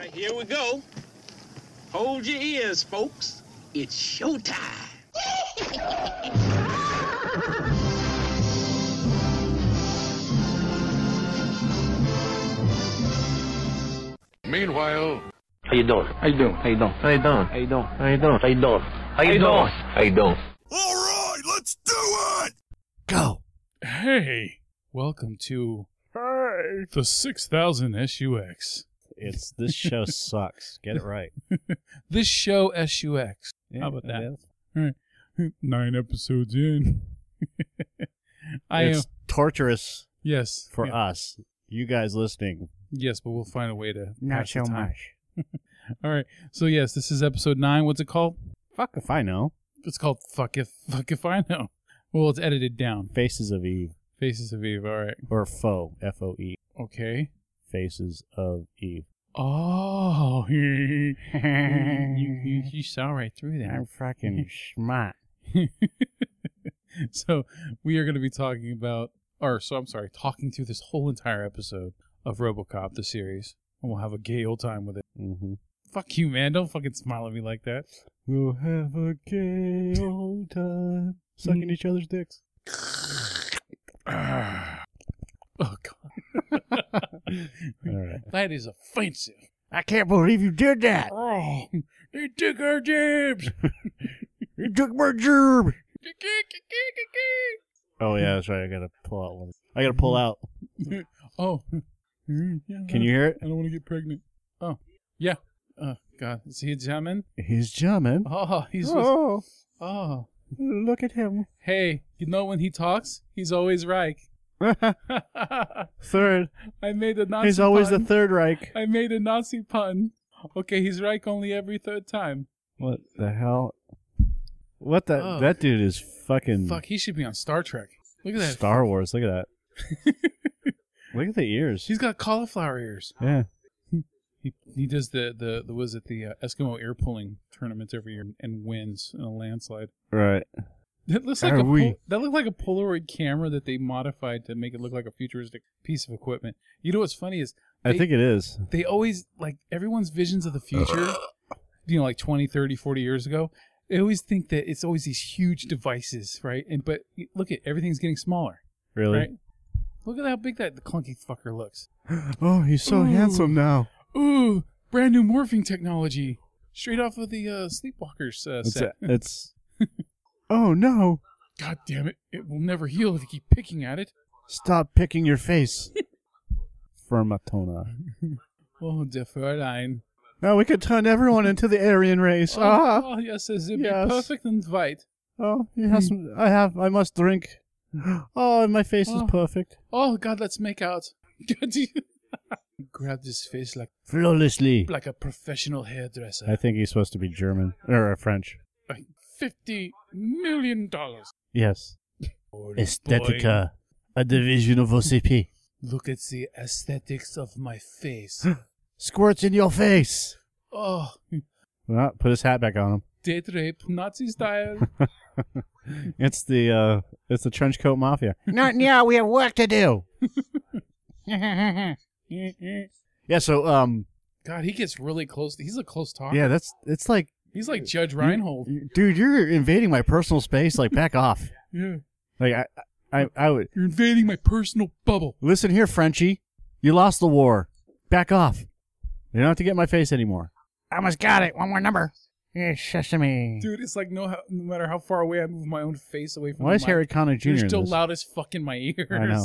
right, here we go. Hold your ears, folks. It's showtime. Meanwhile, How you doing? How you doing? How you doing? How you doing? How you doing? How you doing? How you doing? How you doing? How you doing? All right, let's do it. Go. Hey, welcome to hey. the 6000 SUX. It's this show sucks. Get it right. This show SUX. How about that? Nine episodes in. I am. it's torturous Yes. for yeah, us. You guys listening, Yes, but we'll find a way to. not pass so the time. much. All right. So, yes, this is episode nine. What's it called? Fuck if I know. It's called Fuck If, fuck if I Know. Well, it's edited down. Faces of Eve Faces of Eve. All right. or foe, F O E. Okay. Faces of Eve. Oh, you, you, I'm you saw right through that. fucking smart. so we are going to be talking about, or so I'm sorry, talking through this whole entire episode of RoboCop the series, and we'll have a gay old time with it. Mm-hmm. Fuck you, man! Don't fucking smile at me like that. We'll have a gay old time Mm. sucking each other's dicks. Oh god, All right. that is offensive. I can't believe you did that. Oh, they took our jibs. You took my gerb. Oh yeah, that's right. I gotta pull out one. I gotta pull out. oh, can Can you hear it? I don't want to get pregnant. Oh, yeah. Oh god, is he a gentleman? He's jamming. Oh, he's just, Oh, oh. look at him. Hey, you know when he talks, he's always right. I third. made a Nazi. He's always the pun. Third Reich. I made a Nazi pun. Okay, he's Reich only every third time. What the hell? What the? Ugh. That dude is fucking Oh. Fuck, he should be on Star Trek. Look at that. Star Wars. Look at that. look at the ears. He's got cauliflower ears. yeah. He he does the the, the was it the uh, Eskimo ear pulling tournaments every year and wins in a landslide. Right. That looks like Are a pol- we- that looked like a Polaroid camera that they modified to make it look like a futuristic piece of equipment. You know what's funny is I They- think it is. they always like everyone's visions of the future you know like 20 30 40 years ago they always think that it's always these huge devices right and but look at everything's getting smaller Really. right look at how big that the clunky fucker looks Oh, he's so handsome now. ooh brand new morphing technology straight off of the uh, sleepwalkers uh, It's. set it's oh no! god damn it it will never heal if you keep picking at it Stop picking your face. Fermatona. oh the Fräulein. Now we could turn everyone into the Aryan race. Ah. oh yes it would yes. be perfect and white Oh, he has. I have. I must drink. Oh, and my face Oh. is perfect. oh god let's make out grab this face like Flawlessly. like a professional hairdresser. I think he's supposed to be German or uh, French. like fifty million dollars. Yes. Oh, boy. Aesthetica, a division of OCP. Look at the aesthetics of my face. Squirts in your face. oh, Well, put his hat back on date rape, Nazi style. him. It's the uh, it's the trench coat mafia. Not now. We have work to do. Yeah. So um. God, he gets really close. He's a close talker. Yeah. That's it's like, he's like Judge Reinhold. dude, you're invading my personal space. Like, back off. Yeah, Like I, I, I would you're invading my personal bubble. Listen here, Frenchie. You lost the war. Back off. You don't have to get in my face anymore. I almost got it. One more number. sesame. Dude, it's like no, no matter how far away I move my own face away from. Why the is mic, Harry Connick Jr. You're in still this? loud as fuck in my ears. I know.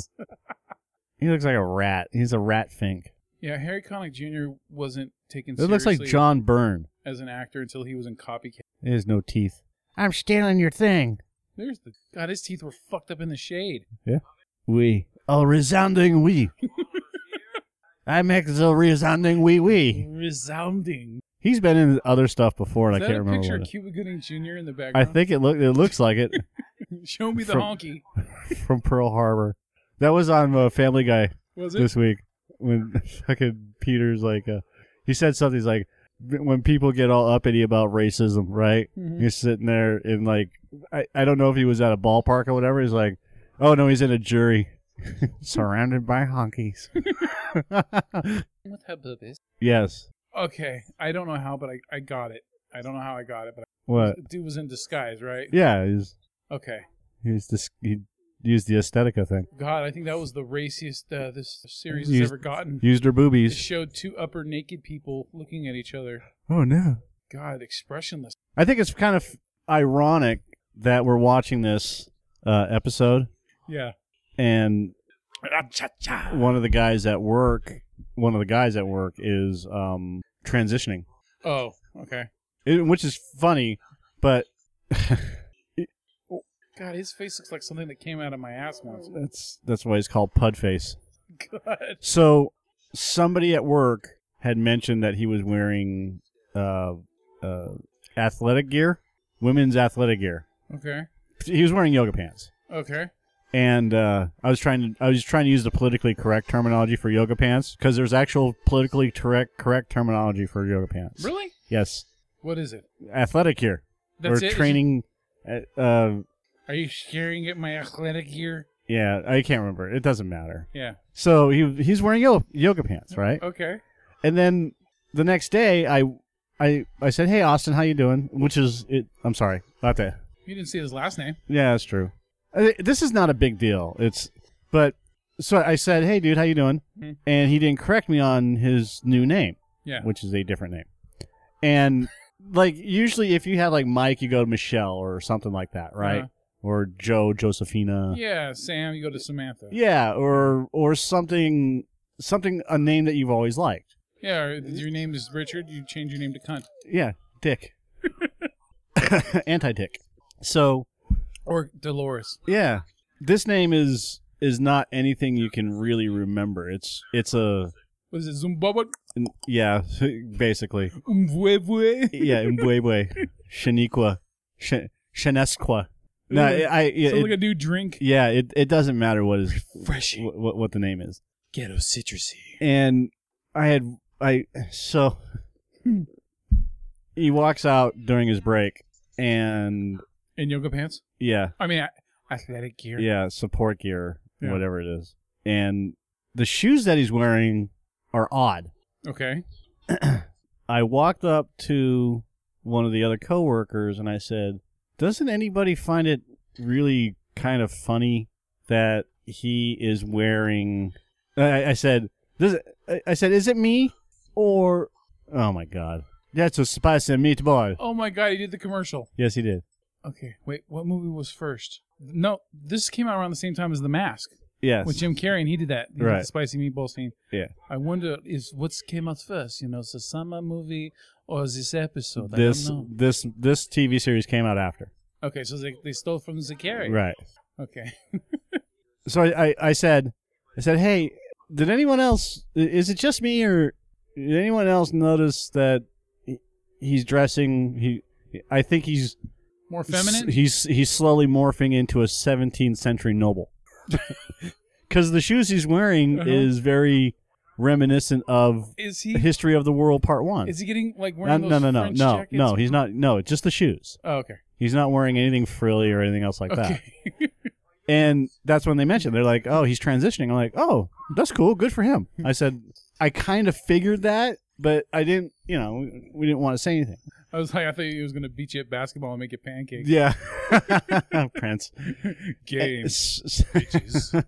He looks like a rat. He's a rat fink. Yeah, Harry Connick Jr. wasn't taken. It looks like seriously John Byrne. as an actor until he was in Copycat. He has no teeth. I'm stealing your thing. There's the God. His teeth were fucked up in the shade. We. A resounding we. I make the resounding wee wee. Resounding. He's been in other stuff before, and I Is that can't a remember picture what. of it- Cuba Gooding Jr. in the I background? think it look it looks like it Show me the from- honky. from Pearl Harbor. That was on uh, Family Guy. Was it? this week when fucking Peter's like, uh, he said something. He's like, when people get all uppity about racism, right? Mhm. He's sitting there and like, I, I don't know if he was at a ballpark or whatever. He's like, oh no, he's in a jury, surrounded by honkies. With her boobies. yes, Okay, I don't know how, but I, I got it. I don't know how I got it, but What? the dude was in disguise, right? Yeah, he's Okay. he's this he used the aesthetica thing. God, I think that was the raciest uh, this series Used- has ever gotten. Used her It boobies. showed two upper naked people looking at each other. Oh no. God, expressionless. I think it's kind of ironic that we're watching this uh, episode Yeah. and one of the guys at work, one of the guys at work is um, transitioning, Oh, okay. It- which is funny, but God, his face looks like something that came out of my ass once. that's that's why he's called Pudface. God. So somebody at work had mentioned that he was wearing uh, uh, athletic gear, women's athletic gear. Okay. He was wearing yoga pants. Okay. and uh, I was trying to I was trying to use the politically correct terminology for yoga pants because there's actual politically correct correct terminology for yoga pants. Really? Yes, What is it? athletic gear That's or it? Is training. uh, uh, it- Are you staring at my athletic gear? yeah, I can't remember. It doesn't matter. Yeah. So he he's wearing yo- yoga pants, right? Oh, Okay. And then the next day, I I I said, "Hey, Austin, how you doing?" Which is it? I'm sorry, not that. You didn't see his last name. Yeah, that's true. Uh, This is not a big deal. It's but so I said, "Hey, dude, how you doing?" Mhm. And he didn't correct me on his new name, Yeah. which is a different name. And like usually, if you have like Mike, you go to Michelle or something like that, right? Uh-huh. Or Joe, Josephina, Yeah, Sam, you go to Samantha. yeah, or or something, something a name that you've always liked. Yeah, or your name is Richard. You change your name to cunt. Yeah, Dick, anti Dick. So Or Dolores. Yeah. This name is is not anything you can really remember. It's it's a Was it Zimbabwe? n- yeah, basically. Zimbabwe? Yeah, Mbwebwe, Shaniqua, Sh- Shanesqua. No, I, I yeah, Sounds like it, a new drink. yeah, it it doesn't matter what is Refreshing. what what the name is. Ghetto citrusy. And I had I so he walks out during his break and In yoga pants? yeah, I mean, a- athletic gear. Yeah, support gear, Yeah. whatever it is. And the shoes that he's wearing are odd. Okay. I walked up to one of the other coworkers and I said, "Doesn't anybody find it really kind of funny that he is wearing?" I, I said, "Does it, I- I said, is it me or?" Oh my god, that's a spicy meatball. Oh my God, he did the commercial. Yes, he did. Okay, wait, what movie was first? No, this came out around the same time as The Mask Yes, with Jim Carrey, and he did that. He did Right. the spicy meatball scene. Yeah. I wonder is what's came out first? You know, the summer movie or this episode? I this don't know. this this TV series came out after. Okay, so they, they stole from Jim Carrey. Right. Okay. so I, I, I said I said, hey, did anyone else? i- Is it just me or did anyone else notice that he- he's dressing? He, I think he's More feminine. He's he's slowly morphing into a 17th century noble because the shoes he's wearing Uh-huh. is very reminiscent of is the he? history of the world, part one. Is he getting like no, wearing no, those no, no, French no, jackets? no. He's not. No, it's just the shoes. Oh, okay. He's not wearing anything frilly or anything else like that. okay. And that's when they mentioned they're like, "Oh, he's transitioning." I'm like, "Oh, that's cool. Good for him." I said, "I kind of figured that, but I didn't. You know, we- we didn't want to say anything." I was like, I thought he was gonna beat you at basketball and make you pancakes. Yeah, Prince. Games. S-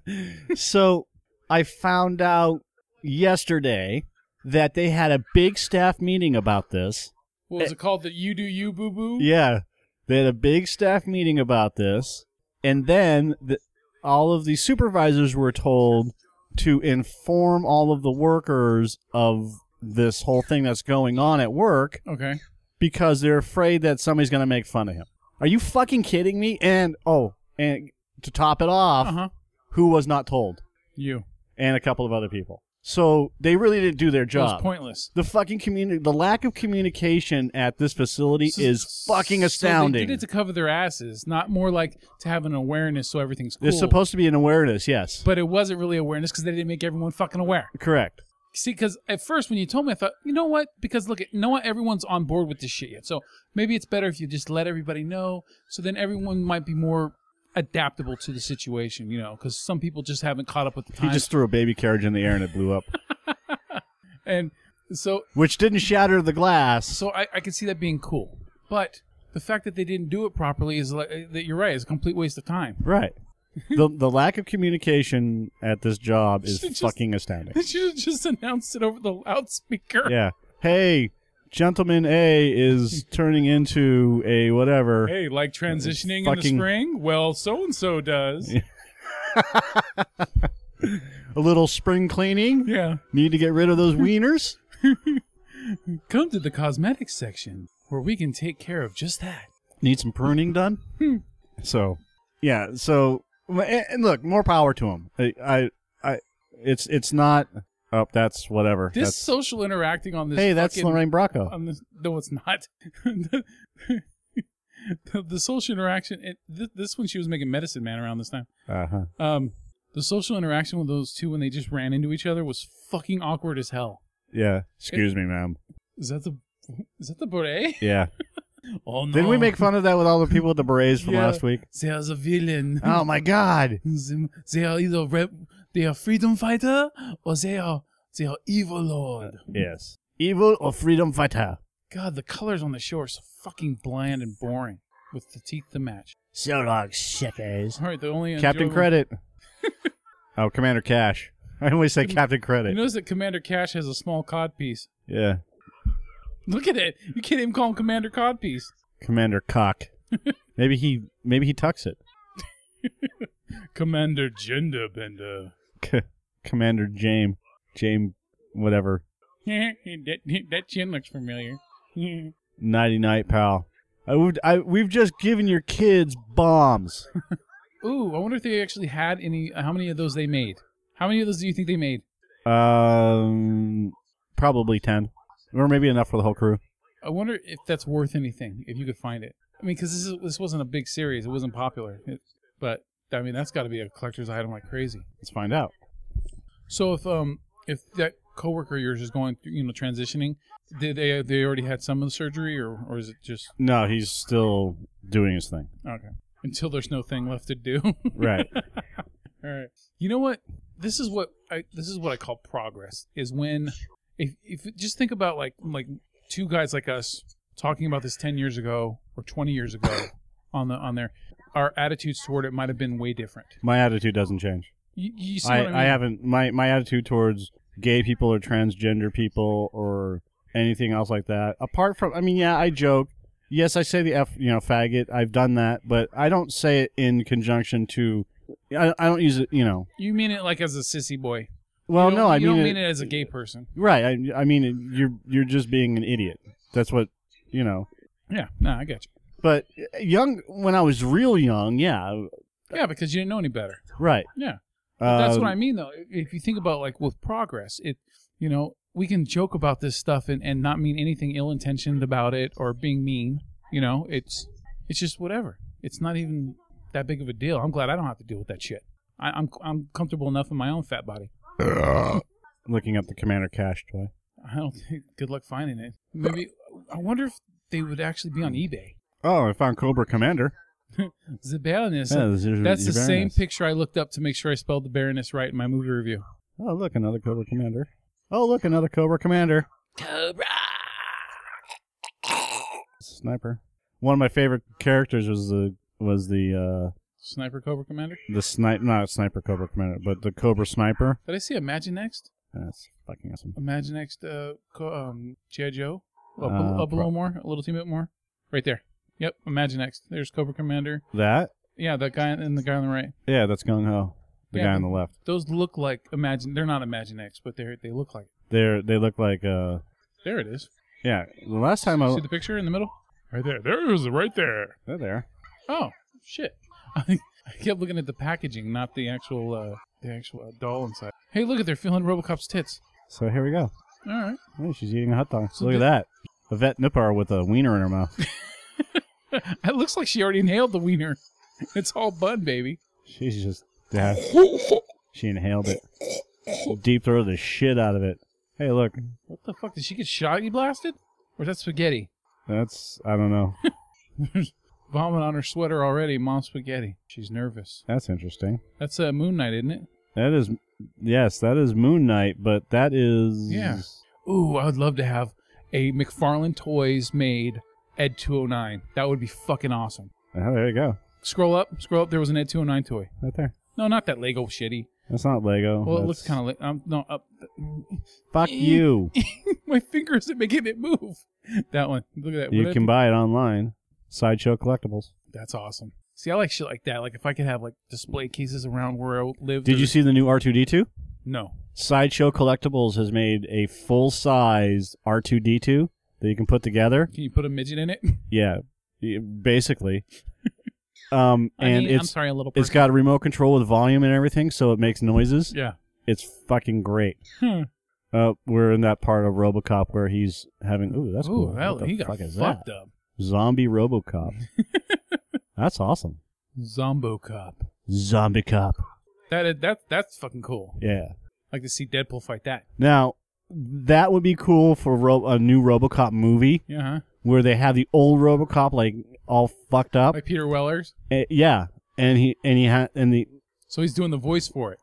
s- so I found out yesterday that they had a big staff meeting about this. What was it called? The you do you boo boo. Yeah, they had a big staff meeting about this, and then the, all of the supervisors were told to inform all of the workers of this whole thing that's going on at work Okay. because they're afraid that somebody's going to make fun of him. Are you fucking kidding me? And oh, and to top it off, Uh huh. who was not told, You. and a couple of other people. So they really didn't do their It was job. pointless. the fucking community, the lack of communication at this facility So- is fucking So astounding. they did it to cover their asses, not more like to have an awareness so everything's cool. There's supposed to be an awareness, yes. but it wasn't really awareness because they didn't make everyone fucking aware. Correct. See, because at first when you told me, I thought, you know what? Because look, at, no one, everyone's on board with this shit yet. So maybe it's better if you just let everybody know. So then everyone might be more adaptable to the situation, you know? Because some people just haven't caught up with the He times. just threw a baby carriage in the air and it blew up. and So which didn't shatter the glass. So I, I can see that being cool, but the fact that they didn't do it properly is like, that you're right. It's a complete waste of time. right. the the lack of communication at this job is She just- fucking astounding. They should have just announced it over the loudspeaker. Yeah. Hey, gentleman A is turning into a whatever. Hey, like transitioning in Fucking- the spring? Well, so and so does. Yeah. A little spring cleaning. Yeah. Need to get rid of those wieners. Come to the cosmetics section where we can take care of just that. Need some pruning done. Hmm. so, yeah. So, and and look, more power to him. I, I, I it's it's not. Oh, that's whatever. This That's- social interacting on this. hey, that's fucking, uh, Lorraine Bracco. on this, no, it's not. the, the social interaction. It, th- this one, she was making Medicine Man around this time. Uh huh. Um, the social interaction with those two when they just ran into each other was fucking awkward as hell. Yeah. Excuse me, ma'am. Is that the is that the beret? Yeah. Oh no! Didn't we make fun of that with all the people with the berets from Yeah. last week? They are the villain. Oh my God. They- They are either rep, they are freedom fighter or they are they are evil lord. Yes. Evil or freedom fighter. God, the colors on the show are so fucking bland and boring. With the teeth to match. So long, suckers. All right, the only Captain enjoyable- Credit. oh, Commander Cash. I always say Captain You Credit. notice that Commander Cash has a small codpiece. yeah. Look at it. You can't even call him Commander Codpiece. Commander Cock. maybe he maybe he tucks it. Commander Genderbender. C- Commander James. James whatever. that, that chin looks familiar. Nighty night pal. I would I we've just given your kids bombs. Ooh, I wonder if they actually had any. How many of those they made? How many of those do you think they made? um probably ten. Or maybe enough for the whole crew. I wonder if that's worth anything. If you could find it. I mean, because this is, this wasn't a big series. It wasn't popular. It, but I mean, that's got to be a collector's item like crazy. Let's find out. So if um if that coworker of yours is going through, you know transitioning, did they they already had some of the surgery or or is it just No, he's still doing his thing. okay until there's no thing left to do? Right. All right. You know what? This is what I this is what I call progress. Is when if if just think about like like two guys like us talking about this ten years ago or twenty years ago on the on there, our attitudes toward it might have been way different. My attitude doesn't change. You, you see I, I, what I mean? haven't my, my attitude towards gay people or transgender people or anything else like that. Apart from I mean, yeah, I joke. Yes, I say the F you know, faggot. I've done that, but I don't say it in conjunction to I, I don't use it, you know. you mean it like as a sissy boy. Well, You no, don't- I you mean, don't mean it as a gay person. Right. I, I mean it, you're you're just being an idiot. That's what, you know. Yeah, no, I got you. But young when I was real young, yeah, Yeah, because you didn't know any better. right. Yeah. But that's what Um, I mean, though. If you think about like with progress, it you know we can joke about this stuff and, and not mean anything ill intentioned about it or being mean. You know, it's it's just whatever. It's not even that big of a deal. I'm glad I don't have to deal with that shit. I, I'm I'm comfortable enough in my own fat body. looking up the Commander Cash toy. I don't think. Good luck finding it. Maybe I wonder if they would actually be on eBay. Oh, I found Cobra Commander. The Baroness. Yeah, this is- that's the very same nice. picture I looked up to make sure I spelled the Baroness right in my movie review. Oh, look, another Cobra Commander. Oh, look, another Cobra Commander. Cobra Sniper. One of my favorite characters was the was the uh Sniper Cobra Commander. the snipe not sniper Cobra Commander, but the Cobra Sniper. Did I see Imagine Next? That's fucking awesome. Imagine next, uh, co- um, G.I. Joe. Up, Uh, up a pro- little more, a little teeny bit more. Right there. Yep, Imagine Next. There's Cobra Commander. That? Yeah, that guy and the guy on the right. Yeah, that's Gung Ho. The Yeah. guy on the left. Those look like Imagine. They're not Imagine X, but they they look like. it. They're they look like uh There it is. yeah. The last time I See the picture in the middle? Right there. There is right there. they're there. Oh shit! I, I kept looking at the packaging, not the actual uh, the actual uh, doll inside. Hey, look at they're feeling RoboCop's tits. So here we go. All right. Oh, she's eating a hot dog. So look the- at that. Yvette Nipar with a wiener in her mouth. it looks like she already inhaled the wiener. It's all bun, baby. She's just yeah. She inhaled it. Deep throated the shit out of it. Hey, look, What the fuck? Did she get shotty blasted? Or is that spaghetti? that's I don't know. Vomit on her sweater already, mom spaghetti. She's nervous. That's interesting. That's uh, Moon Knight, isn't it? That is yes, that is Moon Knight, but that is Yeah. ooh, I would love to have a McFarlane Toys made Ed 209. That would be fucking awesome. Oh, there you go. Scroll up, scroll up. There was an Ed 209 toy. Right there. No, not that Lego shitty. That's not Lego. Well, it Oh, That's- looks kind of like um, no up. Fuck you. My fingers are making it move. That one. Look at that. you What can buy it online. Sideshow Collectibles. if- that's awesome. See, I like shit like that. Like if I could have like display cases around where I live. Did or- you see the new R2D2? No. Sideshow Collectibles has made a full size R2D2 that you can put together. Can you put a midget in it? Yeah, y- basically. um, I and mean, I'm it's sorry, a little. it's person. got a remote control with volume and everything, so it makes noises. Yeah. It's fucking great. Hmm. Uh, we're in that part of RoboCop where he's having. Ooh, that's Ooh, cool. that- what the he got fuck is fucked that? up. Zombie RoboCop. that's awesome. Zombo Cop. Zombie Cop. That that that's fucking cool. Yeah. I'd like to see Deadpool fight that. Now, that would be cool for Ro- a new RoboCop movie Yeah. Huh? where they have the old RoboCop like all fucked up. Like Peter Weller's. Eh, yeah, and he and he had and the So he's doing the voice for it.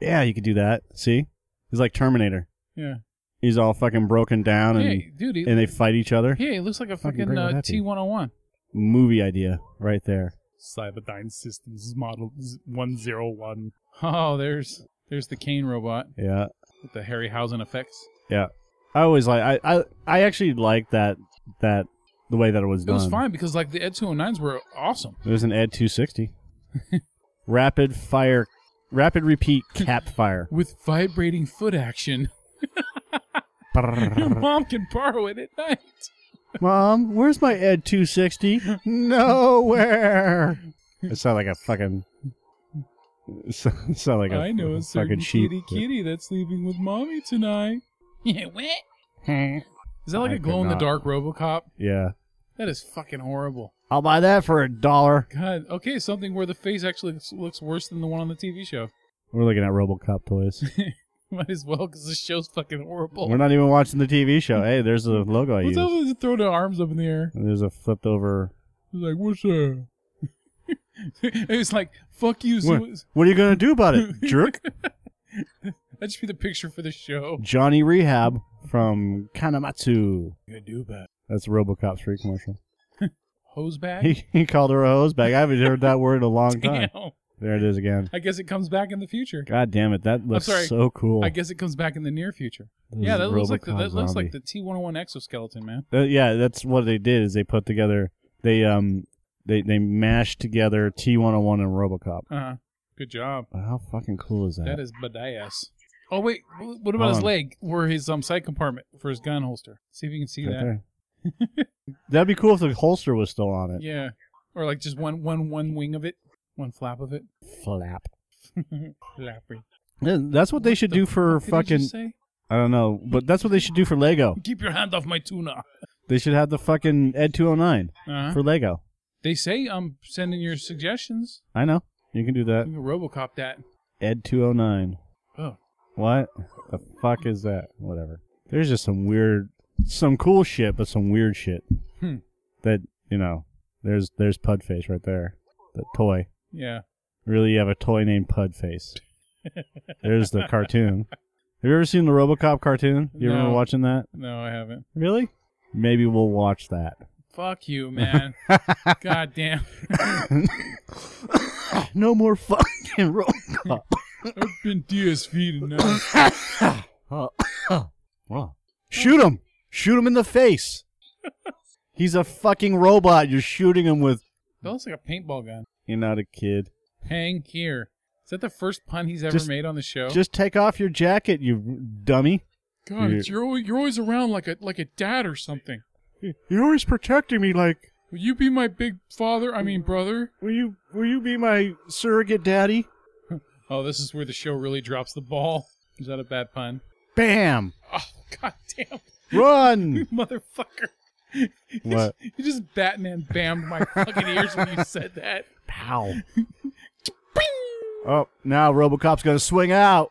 yeah you could do that. See, he's like Terminator. Yeah. He's all fucking broken down and Hey, dude. He, and they fight each other. yeah, he looks like a Fucking fucking great would uh, that be? T one hundred one. Movie idea right there. Cyberdyne Systems Model 101. Oh, there's there's the Kane robot Yeah, with the Harryhausen effects. I always like I I, I actually like that that the way that it was It done. was fine because like the Ed 209s were awesome. There's an Ed 260. rapid fire, rapid repeat cap fire. With vibrating foot action, your mom can borrow it at night. Mom, where's my Ed 260? Nowhere. It sounds like a fucking. It sounds like a I know a certain fucking sheep. kitty kitty that's sleeping with mommy tonight. Yeah, what? Is that like I a could glow in the dark RoboCop? Yeah. That is fucking horrible. I'll buy that for a dollar. God, okay, something where the face actually looks- looks worse than the one on the TV show. We're looking at RoboCop toys. Might as well because the show's fucking horrible. We're not even watching the TV show. Hey, there's a logo I What's up use. with just throwing their arms up in the air? There's a flipped over. It's like, what's up? it was like, fuck you. So What, what are you gonna do about it, jerk? that should be the picture for the show. Johnny Rehab from Kanamatsu. Gonna do about That's a RoboCop street commercial. hose bag. He, he called her a hose bag. I haven't heard that word in a long time. Damn. There it is again. I guess it comes back in the future. God damn it! That looks sorry. so cool. I guess it comes back in the near future. This yeah, is that looks like the, RoboCop that looks like zombie. the T101 exoskeleton, man. Uh, yeah, that's what they did. Is they put together they um they they mashed together T101 and RoboCop. Uh huh. Good job. How fucking cool is that? That is badass. Oh wait, wh- what about Hold his on. leg? Where his um side compartment for his gun holster? See if you can see Right that. there. That'd be cool if the holster was still on it. Yeah, or like just one one one wing of it, one flap of it. Flap. Flappy. Yeah, That's what they should The do for fuck did I fucking. just say? I don't know, but that's what they should do for Lego. Keep your hand off my tuna. They should have the fucking Ed 209 Uh-huh. for Lego. They say um, send in your suggestions. I know you can do You that. can Robocop that. Ed 209. Oh, What the fuck is that? Whatever. There's just some weird, some cool shit, but some weird shit. Hmm. That you know, there's there's Pudface right there. The toy. yeah. Really, you have a toy named Pudface. there's the cartoon. Have you ever seen the RoboCop cartoon? You remember No. watching that? No, I haven't. Really? Maybe we'll watch that. Fuck you, man. God damn. no more fucking RoboCop. I've been DSV'd enough. Shoot him! Shoot him in the face! He's a fucking robot. You're shooting him with. That looks like a paintball gun. You're not a kid. Hang here. Is that the first pun he's ever Just- made on the show? Just take off your jacket, you dummy. God, Yeah. it's- you're always, you're always around like a like a dad or something. You're always protecting me. Like, Will you be my big father? I mean, brother. will you will you be my surrogate daddy? Oh, this is where the show really drops the ball. Is that a bad pun? Bam! Oh, god damn, Run! motherfucker! What? You just Batman bammed my fucking ears when you said that. Pow! oh, now RoboCop's gonna swing out.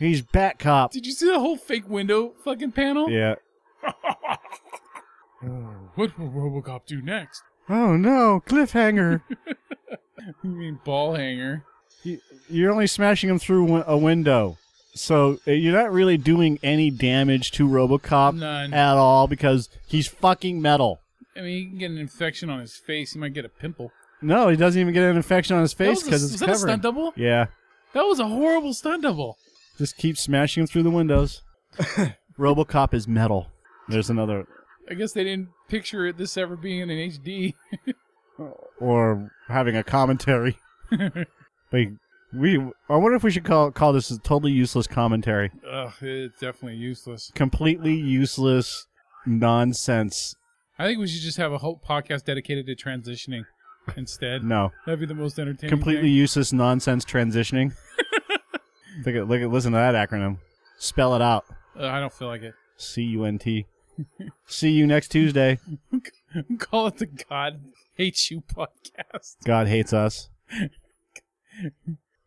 He's Bat Cop. Did you see the whole fake window fucking panel? Yeah. What will RoboCop do next? Oh no, cliffhanger! You mean ball hanger? You're only smashing him through wi- a window. So uh, you're not really doing any damage to RoboCop None. at all because he's fucking metal. I mean, he can get an infection on his face. He might get a pimple. No, he doesn't even get an infection on his That face was a- because was it's that a covered. stunt double? Yeah, That was a horrible stunt double. just keep smashing him through the windows. RoboCop is metal. There's another, I guess they didn't picture it this ever being in HD. or having a commentary. Like we, I wonder if we should call call this a totally useless commentary, Ugh, it's definitely useless. completely useless nonsense. I think we should just have a whole podcast dedicated to transitioning instead. No, That'd be the most entertaining. completely thing. useless nonsense transitioning. look at look at listen to that acronym. Spell it out. Ugh, Uh, I don't feel like it. C U N T. See you next Tuesday. Call it the God Hates You podcast. God hates us.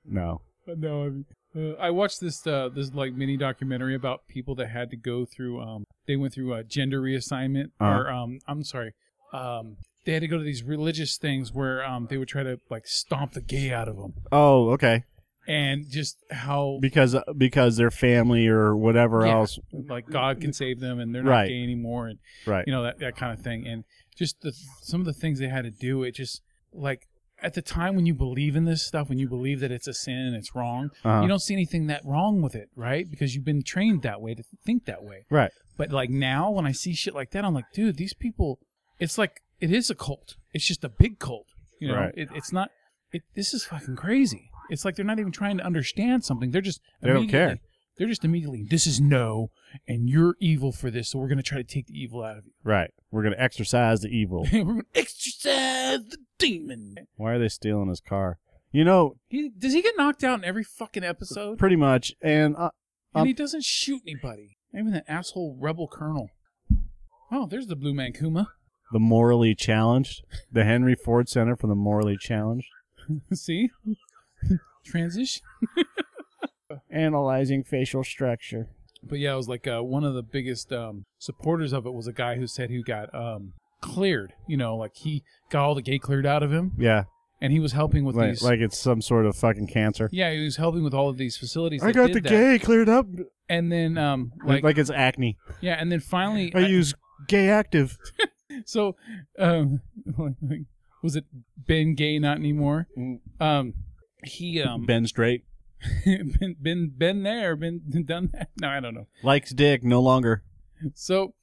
No. But no, I, mean, uh, I watched this uh, this like mini documentary about people that had to go through. Um, they went through a gender reassignment, Uh-huh. or um, I'm sorry, um, they had to go to these religious things where um, they would try to like stomp the gay out of them, Oh, okay. and just how Because uh, because their family or whatever Yeah. else. like God can save them and they're not Right. gay anymore, and Right. you know that that kind of thing. And just the, some of the things they had to do, it just like at the time when you believe in this stuff, when you believe that it's a sin and it's wrong, Uh-huh. you don't see anything that wrong with it, right? Because you've been trained that way to think that way. Right. But like now, when I see shit like that, I'm like, dude, these people. It's like it is a cult. It's just a big cult. You know, Right. it, it's not. It, this is fucking crazy. It's like they're not even trying to understand something. They're just They don't care. immediately- They're just immediately. This is no, and you're evil for this. So we're gonna try to take the evil out of you. Right. We're gonna exercise the evil. we're gonna exorcise the demon. Why are they stealing his car? You know, He, does he get knocked out in every fucking episode? pretty much. And uh, And Um, he doesn't shoot anybody. Even that asshole rebel colonel. Oh, there's the blue man Kuma. the morally challenged, the Henry Ford Center for the morally challenged, See? Transition. analyzing facial structure. But yeah, it was like uh, one of the biggest um, supporters of it was a guy who said he got um, cleared. You know, like he got all the gay cleared out of him, Yeah, and he was helping with like, these. like it's some sort of fucking cancer. yeah, he was helping with all of these facilities. I that got did the that. gay cleared up. and then um, Like, like, it's acne. yeah, and then finally, I I- use gay active. so um, was it Ben Gay? Not anymore. Um, he um, Ben straight been been been there, been done that. No, I don't know. likes dick no longer. So,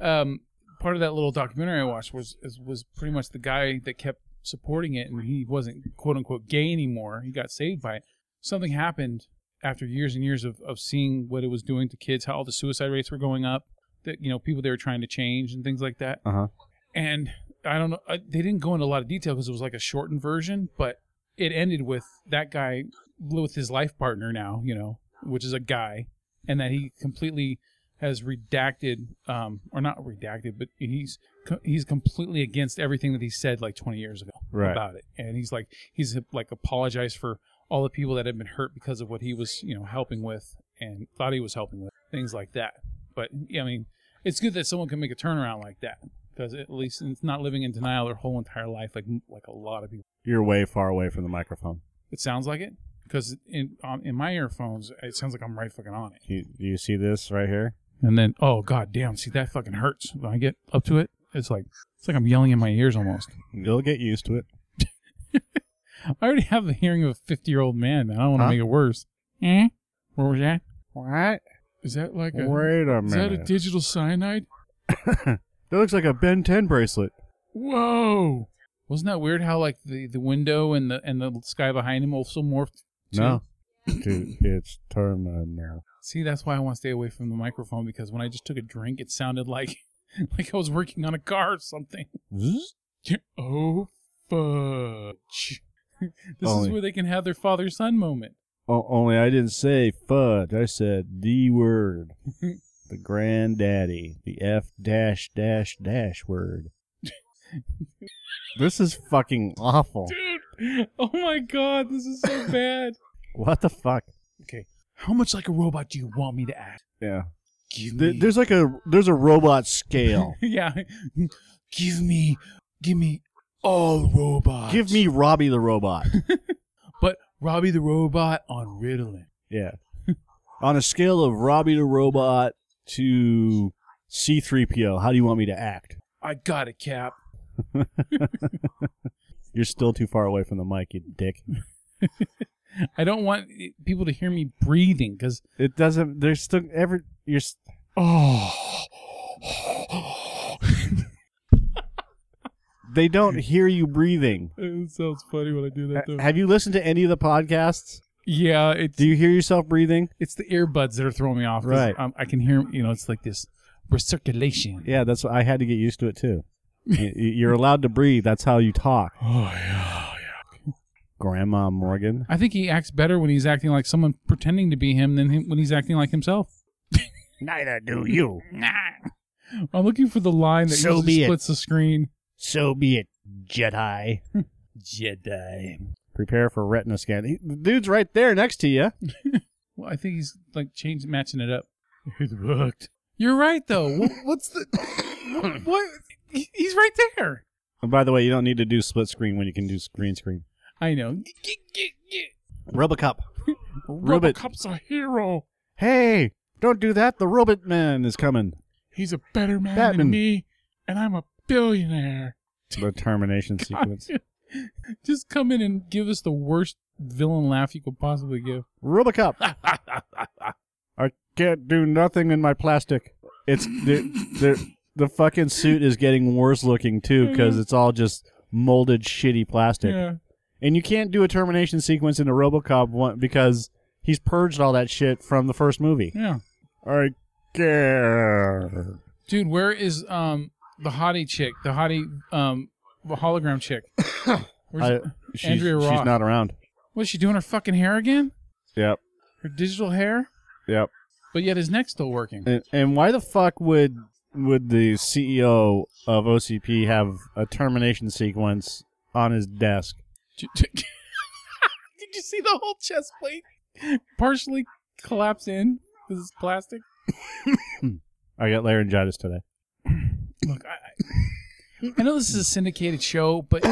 um, part of that little documentary I watched was is- was pretty much the guy that kept supporting it, and he wasn't quote unquote gay anymore. He got saved by it. Something happened after years and years of, of seeing what it was doing to kids, how all the suicide rates were going up, that you know people they were trying to change and things like that. Uh-huh. And I don't know, I, they didn't go into a lot of detail because it was like a shortened version, but it ended with that guy with his life partner now, you know, which is a guy, and that he completely has redacted, um, or not redacted, but he's co- he's completely against everything that he said like 20 years ago Right. about it, and he's like he's like apologized for all the people that have been hurt because of what he was you know helping with and thought he was helping with things like that. But yeah, I mean, it's good that someone can make a turnaround like that because at least it's not living in denial their whole entire life like like a lot of people. You're way far away from the microphone. It sounds like it because in um, in my earphones it sounds like I'm right fucking on it. Do you, do you see this right here? And then oh god damn, see that fucking hurts when I get up to it. It's like it's like I'm yelling in my ears almost. You'll get used to it. I already have the hearing of a 50 year old man. Man, I don't want to Huh? make it worse. Eh? Where was that? What? Is that like a Wait a is that a minute. That, digital cyanide? looks like a Ben 10 bracelet. Whoa! Wasn't that weird? How like the, the window and the and the sky behind him also morphed. too? No. Dude, it's terminal. See, that's why I want to stay away from the microphone because when I just took a drink, it sounded like like I was working on a car or something. Zzz. Oh fudge! this Only- is where they can have their father son moment. O- Oh, only I didn't say fudge. I said the word. the granddaddy. The F dash dash dash word. this is fucking awful. Dude, oh my god, this is so bad. What the fuck? Okay. How much like a robot do you want me to act? Yeah. Give Th- there's like a there's a robot scale. yeah. Give me give me all robots. Give me Robbie the robot. But Robbie the robot on Ritalin. Yeah. on a scale of Robbie the Robot to C3PO, how do you want me to act? I got it, Cap. You're still too far away from the mic, you dick. I don't want people to hear me breathing because It doesn't. There's still ever. You're. s- oh, They don't hear you breathing. it sounds funny when I do Ha- that. Though. Have you listened to any of the podcasts? Yeah, it's Uh, Do you hear yourself breathing? it's the earbuds that are throwing me off. 'cause Right. I'm- I can hear you know it's like this recirculation. Yeah, that's. I had to get used to it too. Y- y- You're allowed to breathe. That's how you talk. Oh yeah. Grandma Morgan. I think he acts better when he's acting like someone pretending to be him than him, when he's acting like himself. Neither do you. I'm looking for the line that So usually be it. splits the screen. So be it, Jedi. Jedi. Prepare for retina scan. He- The dude's right there next to you. Well, I think he's like changing, matching it up. It worked. You're right though. Wh- What's the what? He- He's right there. And Oh, by the way, you don't need to do split screen when you can do green screen. I know. G- g- g- g- Rub a cup. Rub it. Robocop's a hero. Hey, don't do that. The robot man is coming. He's a better man Batman. than me, and I'm a billionaire. The termination sequence. Just come in and give us the worst villain laugh you could possibly give. Robocop. I can't do nothing in my plastic. It's the the the fucking suit is getting worse looking too because it's all just molded shitty plastic. Yeah. And you can't do a termination sequence in a RoboCop one because he's purged all that shit from the first movie. Yeah. I care. Dude, where is um the hottie chick, the hottie um the hologram chick? Where's I- She's, Andrea she's Roth. not around. What's she doing? Her fucking hair again? Yep. Her digital hair? Yep. But yet his neck's still working. And, and why the fuck would would the CEO of OCP have a termination sequence on his desk? Did you see the whole chest plate partially collapse in because it's plastic? I got laryngitis today. Look, I, I, I know this is a syndicated show, but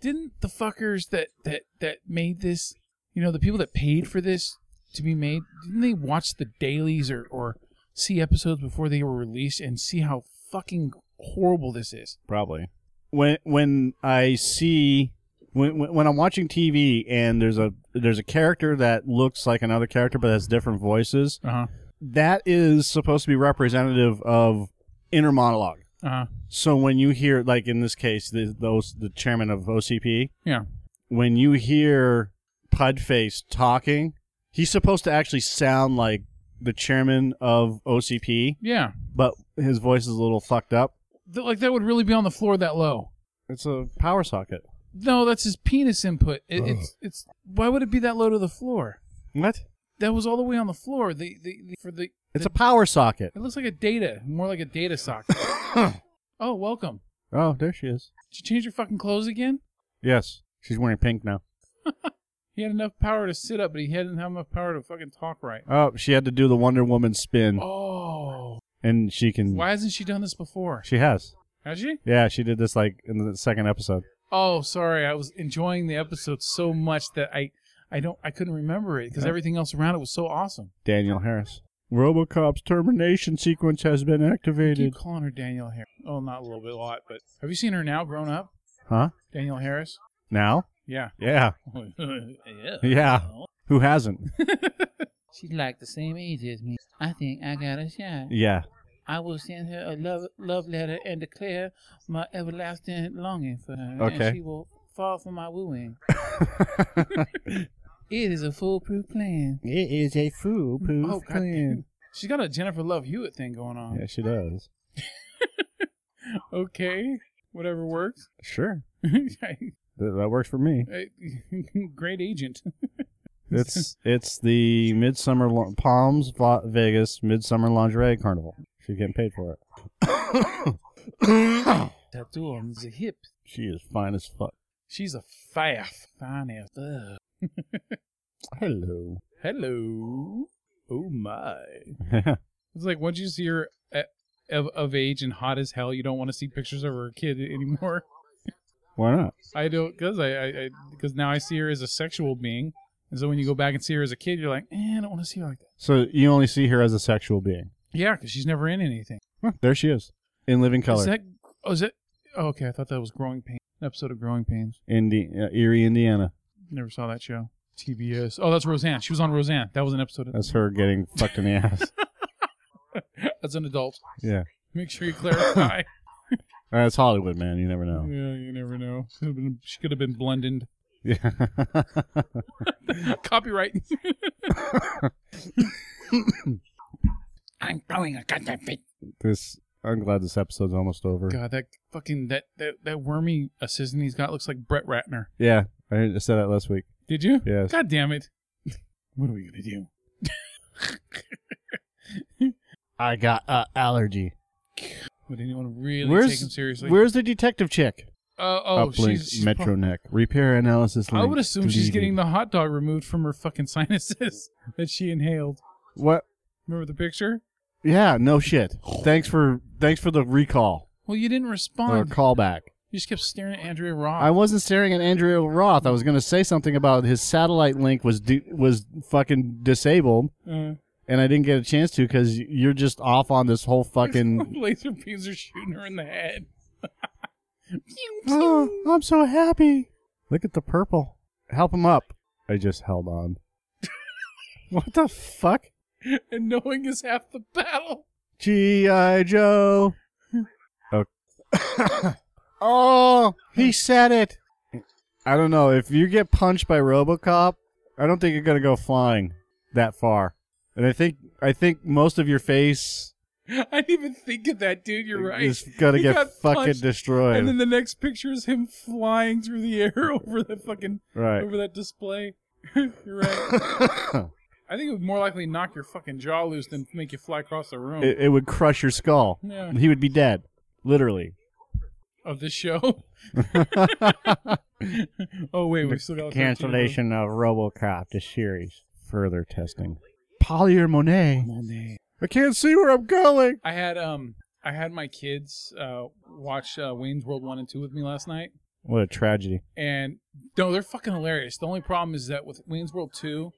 didn't the fuckers that that that made this, you know, the people that paid for this to be made, didn't they watch the dailies or or see episodes before they were released and see how fucking horrible this is? Probably. When when I see when when when I'm watching TV and there's a there's a character that looks like another character but has different voices, Uh huh. that is supposed to be representative of inner monologue. Uh huh. So when you hear, like in this case, the those the chairman of OCP, Yeah. when you hear Pudface talking, he's supposed to actually sound like the chairman of OCP, Yeah. but his voice is a little fucked up. Th- like that would really be on the floor that low. It's a power socket. No, that's his penis input. It, it's it's. Why would it be that low to the floor? What? That was all the way on the floor. The the, the for the It's a power socket. It looks like a data, more like a data socket. oh, welcome. Oh, there she is. Did you change your fucking clothes again? Yes, she's wearing pink now. He had enough power to sit up, but he hadn't have enough power to fucking talk right. Oh, she had to do the Wonder Woman spin, Oh, and she can. why hasn't she done this before? She has. Has she? Yeah, she did this like in the second episode. Oh, sorry. I was enjoying the episode so much that I, I don't, I couldn't remember it because everything else around it was so awesome. Daniel Harris. RoboCop's termination sequence has been I keep activated. calling her Danielle Harris. Oh, not a little bit, a lot. But have you seen her now, grown up? Huh? Danielle Harris. Now? Yeah. Yeah. yeah. Yeah. Who hasn't? She's like the same age as me. I think I got a shot. yeah. I will send her a love love letter and declare my everlasting longing for her. Okay. And she will fall for my wooing. It is a foolproof plan. it is a foolproof Oh, God. plan. She's got a Jennifer Love Hewitt thing going on. Yeah, she does. Okay, whatever works. Sure. Th- that works for me. Great agent. It's it's the Midsummer Lo- Palms Va- Vegas Midsummer Lingerie Carnival. She's getting paid for it. Tattoo on the hip. she is fine as fuck. She's a faff. Fine as fuck. Hello. Hello. Oh my. It's like once you see her at, of, of age and hot as hell, you don't want to see pictures of her kid anymore. Why not? I don't because I because now I see her as a sexual being. And so when you go back and see her as a kid, you're like, eh, I don't want to see her like that. So you only see her as a sexual being. Yeah, because she's never in anything. Huh, there she is in living color Is that? Oh, is that? Oh, okay, I thought that was Growing Pains. An episode of Growing Pains. in the, uh, Erie, Indiana. Never saw that show. TBS. Oh, that's Roseanne. She was on Roseanne. That was an episode. Of, That's her getting fucked in the ass. as an adult. Yeah. Make sure you clarify. Uh, That's Hollywood, man. You never know. Yeah, you never know. Could have been- She could have been blended. Yeah. Copyright. this. I'm glad this episode's almost over. God, that fucking that that, that wormy assistant he's got looks like Brett Ratner. Yeah, I heard- I said that last week. Did you? Yes. God damn it! What are we gonna do? I got a allergy. Would anyone really Where's- take him seriously? Where's the detective chick? Uh, oh, she's, she's Metro prob- Neck. Repair analysis. I link. would assume she's Deleted. getting the hot dog removed from her fucking sinuses that she inhaled. what? Remember the picture? Yeah, no shit. Thanks for thanks for the recall Well, you didn't or respond. callback. you just kept staring at Andrea Roth. I wasn't staring at Andrea Roth. I was going to say something about his satellite link was de- was fucking disabled, uh, and I didn't get a chance to because you're just off on this whole fucking. laser beams are shooting her in the head. Pew, oh, pew. I'm so happy. Look at the purple. Help him up. I just held on. what the fuck? and knowing is half the battle. G.I. Joe. Oh. oh, he said it. I don't know. If you get punched by Robocop, I don't think you're going to go flying that far. And I think I think most of your face I didn't even think of that, dude. You're right. is going to He get got fucking punched, destroyed. And then the next picture is him flying through the air over the fucking right. over that display. You're right. I think it would more likely knock your fucking jaw loose than make you fly across the room it, it would crush your skull. Yeah. He would be dead, literally. of this show. oh wait, we still got 13 of those. Cancellation of RoboCop the series. Further testing. Polly or Monet? Monet. I can't see where I'm going. I had um I had my kids uh watch uh, Wayne's World one and two with me last night. What a tragedy. And no, they're fucking hilarious. The only problem is that with Wayne's World 2,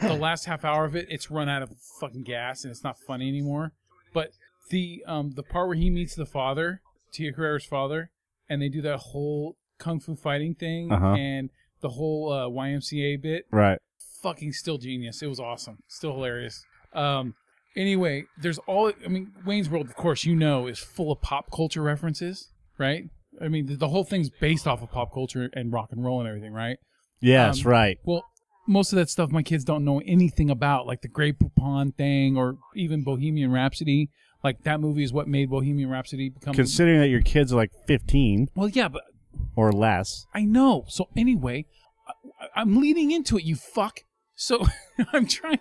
the last half hour of it, it's run out of fucking gas and it's not funny anymore. But the um the part where he meets the father, Tia Carrera's father, and they do that whole kung fu fighting thing Uh-huh. and the whole uh, YMCA bit, Right. fucking still genius. It was awesome. Still hilarious. Um anyway, there's all I mean Wayne's World of course you know is full of pop culture references, right? I mean the, the whole thing's based off of pop culture and rock and roll and everything, right? Yes, Um, right. Well, most of that stuff my kids don't know anything about, like the Grey Poupon thing or even Bohemian Rhapsody. Like that movie is what made Bohemian Rhapsody become Considering that your kids are like 15 Well, yeah, but or less. I know. So anyway, I, I'm leading into it, you fuck. So I'm trying.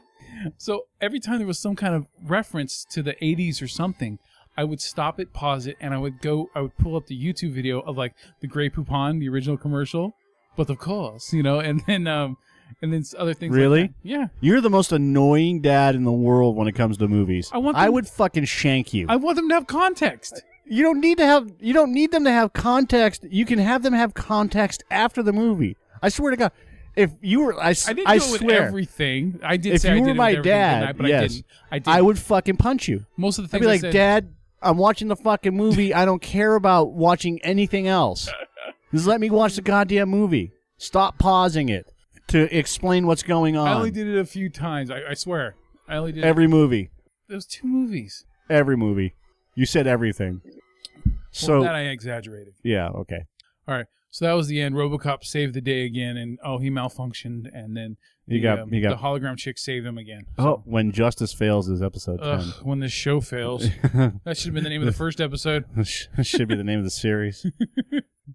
So every time there was some kind of reference to the 80s or something, I would stop it, pause it, and I would go. I would pull up the YouTube video of like the Grey Poupon, the original commercial. But of course, you know, and then um, and then s- other things. like Really? that. yeah. You're the most annoying dad in the world when it comes to movies. I want I them- would fucking shank you. I want them to have context. you don't need to have you don't need them to have context. You can have them have context after the movie. I swear to God, if you were I, s- I didn't I do it with swear everything. I did. if say I you did were it my with everything, didn't dad, I, but I yes, didn't. I did. I would fucking punch you. Most of the I'd things be like, I said, Dad, I'm watching the fucking movie. I don't care about watching anything else. Just let me watch the goddamn movie. Stop pausing it to explain what's going on. I only did it a few times. I, I swear. I only did it Every movie. those two movies. Every movie. You said everything. So So, that I exaggerated. yeah, okay. All right. So that was the end. RoboCop saved the day again, and oh, he malfunctioned, and then He the, got- um, he got- the hologram chick saved him again. Oh, when justice fails is episode Ugh, when this show fails, 10. that should have been the name of the first episode. Should be the name of the series.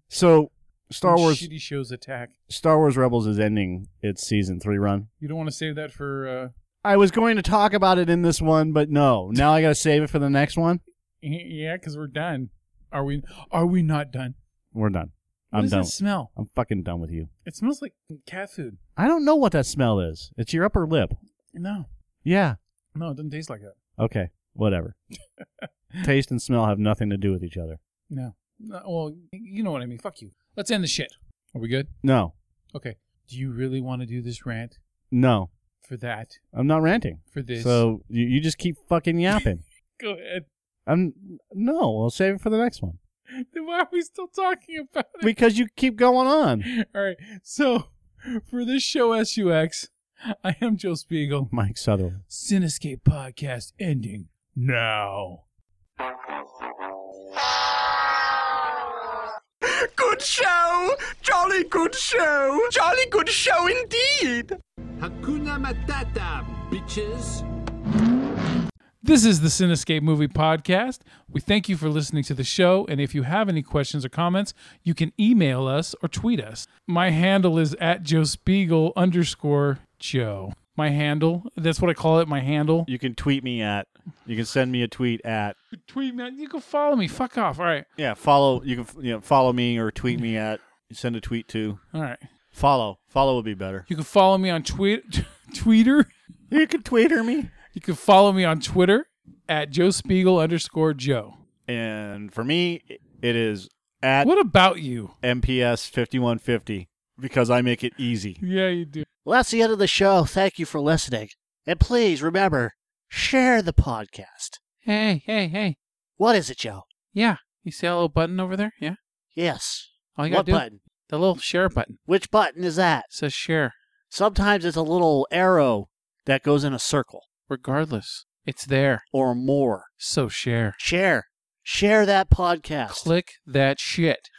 So, Star When Wars shitty shows attack. Star Wars Rebels is ending its season 3 run. You don't want to save that for uh, I was going to talk about it in this one, but no. Now I got to save it for the next one. yeah, because we're done. Are we? Are we not done? We're done. What I'm does done. that smell? I'm fucking done with you. It smells like cat food. I don't know what that smell is. It's your upper lip. No, Yeah. no, it doesn't taste like that. Okay. Whatever. Taste and smell have nothing to do with each other. No. no. Well, you know what I mean. Fuck you. Let's end the shit. Are we good? No. Okay. Do you really want to do this rant? No, for that, I'm not ranting. for this. So you, you just keep fucking yapping. go ahead. I'm no. I'll save it for the next one Then why are we still talking about it? because you keep going on. All right. So for this show, SUX, I am Joe Spiegel. Mike Sutherland. Cinescape podcast ending now. Good show! Jolly good show! Jolly good show indeed! Hakuna Matata, bitches. This is the Cinescape Movie Podcast. We thank you for listening to the show. And if you have any questions or comments, you can email us or tweet us. My handle is at Joe Spiegel underscore Joe. My handle. That's what I call it. My handle. You can tweet me at. You can send me a tweet at. Tweet me. You can follow me. Fuck off. All right. Yeah, follow. You can you know, follow me or tweet me at. Send a tweet to. All right. Follow. Follow would be better. You can follow me on tweet, Twitter. You can tweeter me. You can follow me on Twitter at Joe Spiegel underscore Joe. And for me, it is at What about you? MPS fifty one fifty because I make it easy. Yeah, you do. Well, that's the end of the show. Thank you for listening. And please remember, share the podcast. Hey, hey, hey. What is it, Joe? Yeah. You see that little button over there? Yeah. Yes. All you gotta what do button? the little share button. Which button is that? It says share. Sometimes it's a little arrow that goes in a circle Regardless, it's there. or more. So share. Share. Share that podcast. Click that shit.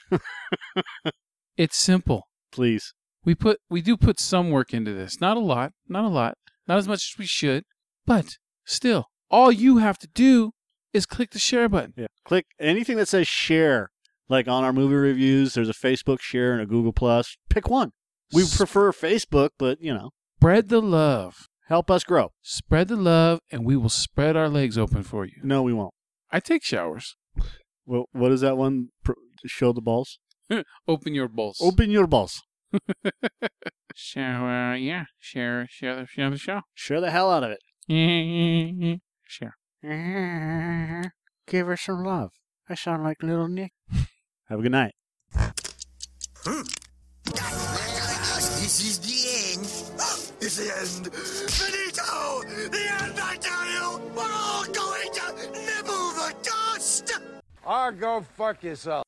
it's simple. Please. We put we do put some work into this. Not a lot, not a lot, not as much as we should, but still, all you have to do is click the share button. Yeah. Click anything that says share. Like on our movie reviews, there's a Facebook share and a Google Plus. Pick one. We prefer Facebook, but you know, Spread the love. help us grow. Spread the love and we will spread our legs open for you. No, we won't. I take showers. Well, what is that one? Pr- Show the balls. Open your balls. Open your balls. Shower, yeah. Share, share the, share the show. Share the hell out of it. share. Give her some love. I sound like little Nick. Have a good night. This is the end. Ah, It's the end. Finito! The end, I tell you! We're all going to nibble the dust! Or go fuck yourself.